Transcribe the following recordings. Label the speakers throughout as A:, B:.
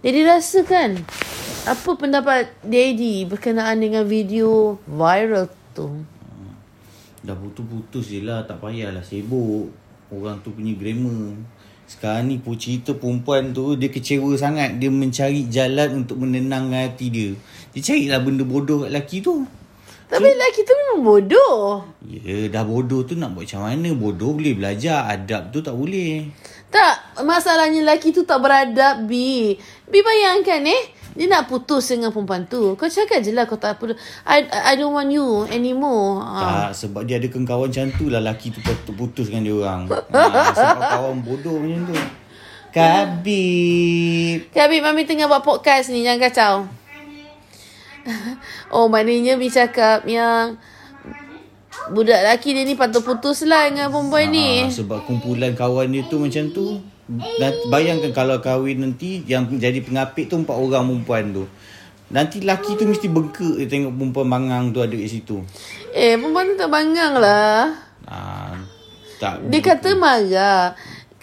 A: daddy rasa kan apa pendapat daddy berkenaan dengan video viral tu?
B: Dah putus-putus je lah Tak payahlah sibuk Orang tu punya grammar Sekarang ni pun cerita perempuan tu Dia kecewa sangat Dia mencari jalan untuk menenangkan hati dia Dia carilah benda bodoh kat lelaki tu
A: Tapi lelaki tu memang bodoh.
B: Ya dah bodoh tu nak buat macam mana Bodoh boleh belajar Adab tu tak boleh
A: Tak, masalahnya lelaki tu tak beradab, B. B bayangkan eh, dia nak putus dengan perempuan tu. Kau cakap je lah kau tak perlu. I, I don't want you anymore. Ah.
B: Tak sebab dia ada kawan macam tu lah Lelaki tu patut putus dengan dia orang ha, Sebab kawan bodoh macam tu Kabib
A: Kak Abid, Mami tengah buat podcast ni. Jangan kacau. Oh, maknanya Mi cakap yang budak lelaki dia ni patut putus lah dengan perempuan ni.
B: Ah, sebab kumpulan kawan dia tu macam tu. Dan bayangkan kalau kahwin nanti yang jadi pengapit tu empat orang perempuan tu. Nanti laki tu mesti bengkak dia tengok perempuan mangang tu ada kat situ.
A: Eh, perempuan tu tak bangang lah.
B: Ah, tak.
A: Dia kata marah.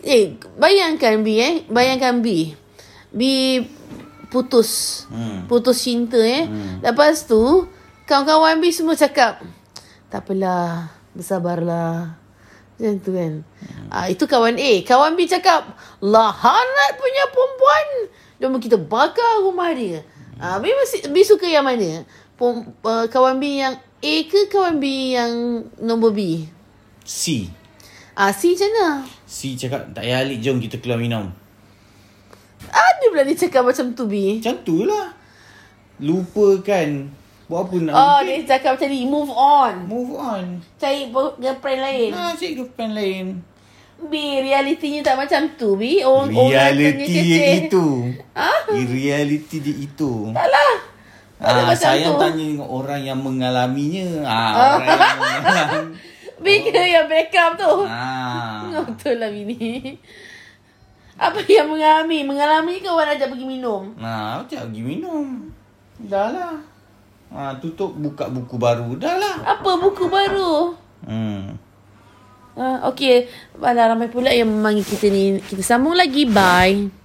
A: Eh, bayangkan B eh. Bayangkan B. B putus.
B: Hmm.
A: Putus cinta eh. Hmm. Lepas tu, kawan-kawan B semua cakap, tak apalah, bersabarlah. Macam tu kan. Ah, itu kawan A. Kawan B cakap, lahanat punya perempuan. Jom kita bakar rumah dia. Ah, B, mesti, B suka yang mana? Pem, uh, kawan B yang A ke kawan B yang nombor B?
B: C.
A: Ah, C macam mana?
B: C cakap tak payah Alik jom kita keluar minum.
A: Ada pula dia cakap macam tu B.
B: Macam tu lah. Lupakan. Buat apa nak
A: Oh,
B: lupa?
A: dia cakap macam ni. Move on.
B: Move on.
A: Cari bo- girlfriend lain.
B: Nah, cik girlfriend lain.
A: B, realitinya tak macam tu B. Orang orang katanya
B: Reality dia
A: kecil.
B: itu. Ha? Reality dia itu.
A: Tak lah. Tak ada
B: Ah,
A: macam
B: saya
A: tu.
B: tanya dengan orang yang mengalaminya. Ah, orang yang mengalami.
A: B ke yang break up tu.
B: Ah.
A: Ngotor lah bini. Apa yang mengalami? Mengalami ke orang ajak pergi minum?
B: Nah, macam pergi minum. Dah lah. Ah, tutup buka buku baru. Dah lah.
A: Apa buku baru? Ah,
B: Hmm.
A: Uh, okay. Alah, ramai pula yang memanggil kita ni. Kita sambung lagi. Bye.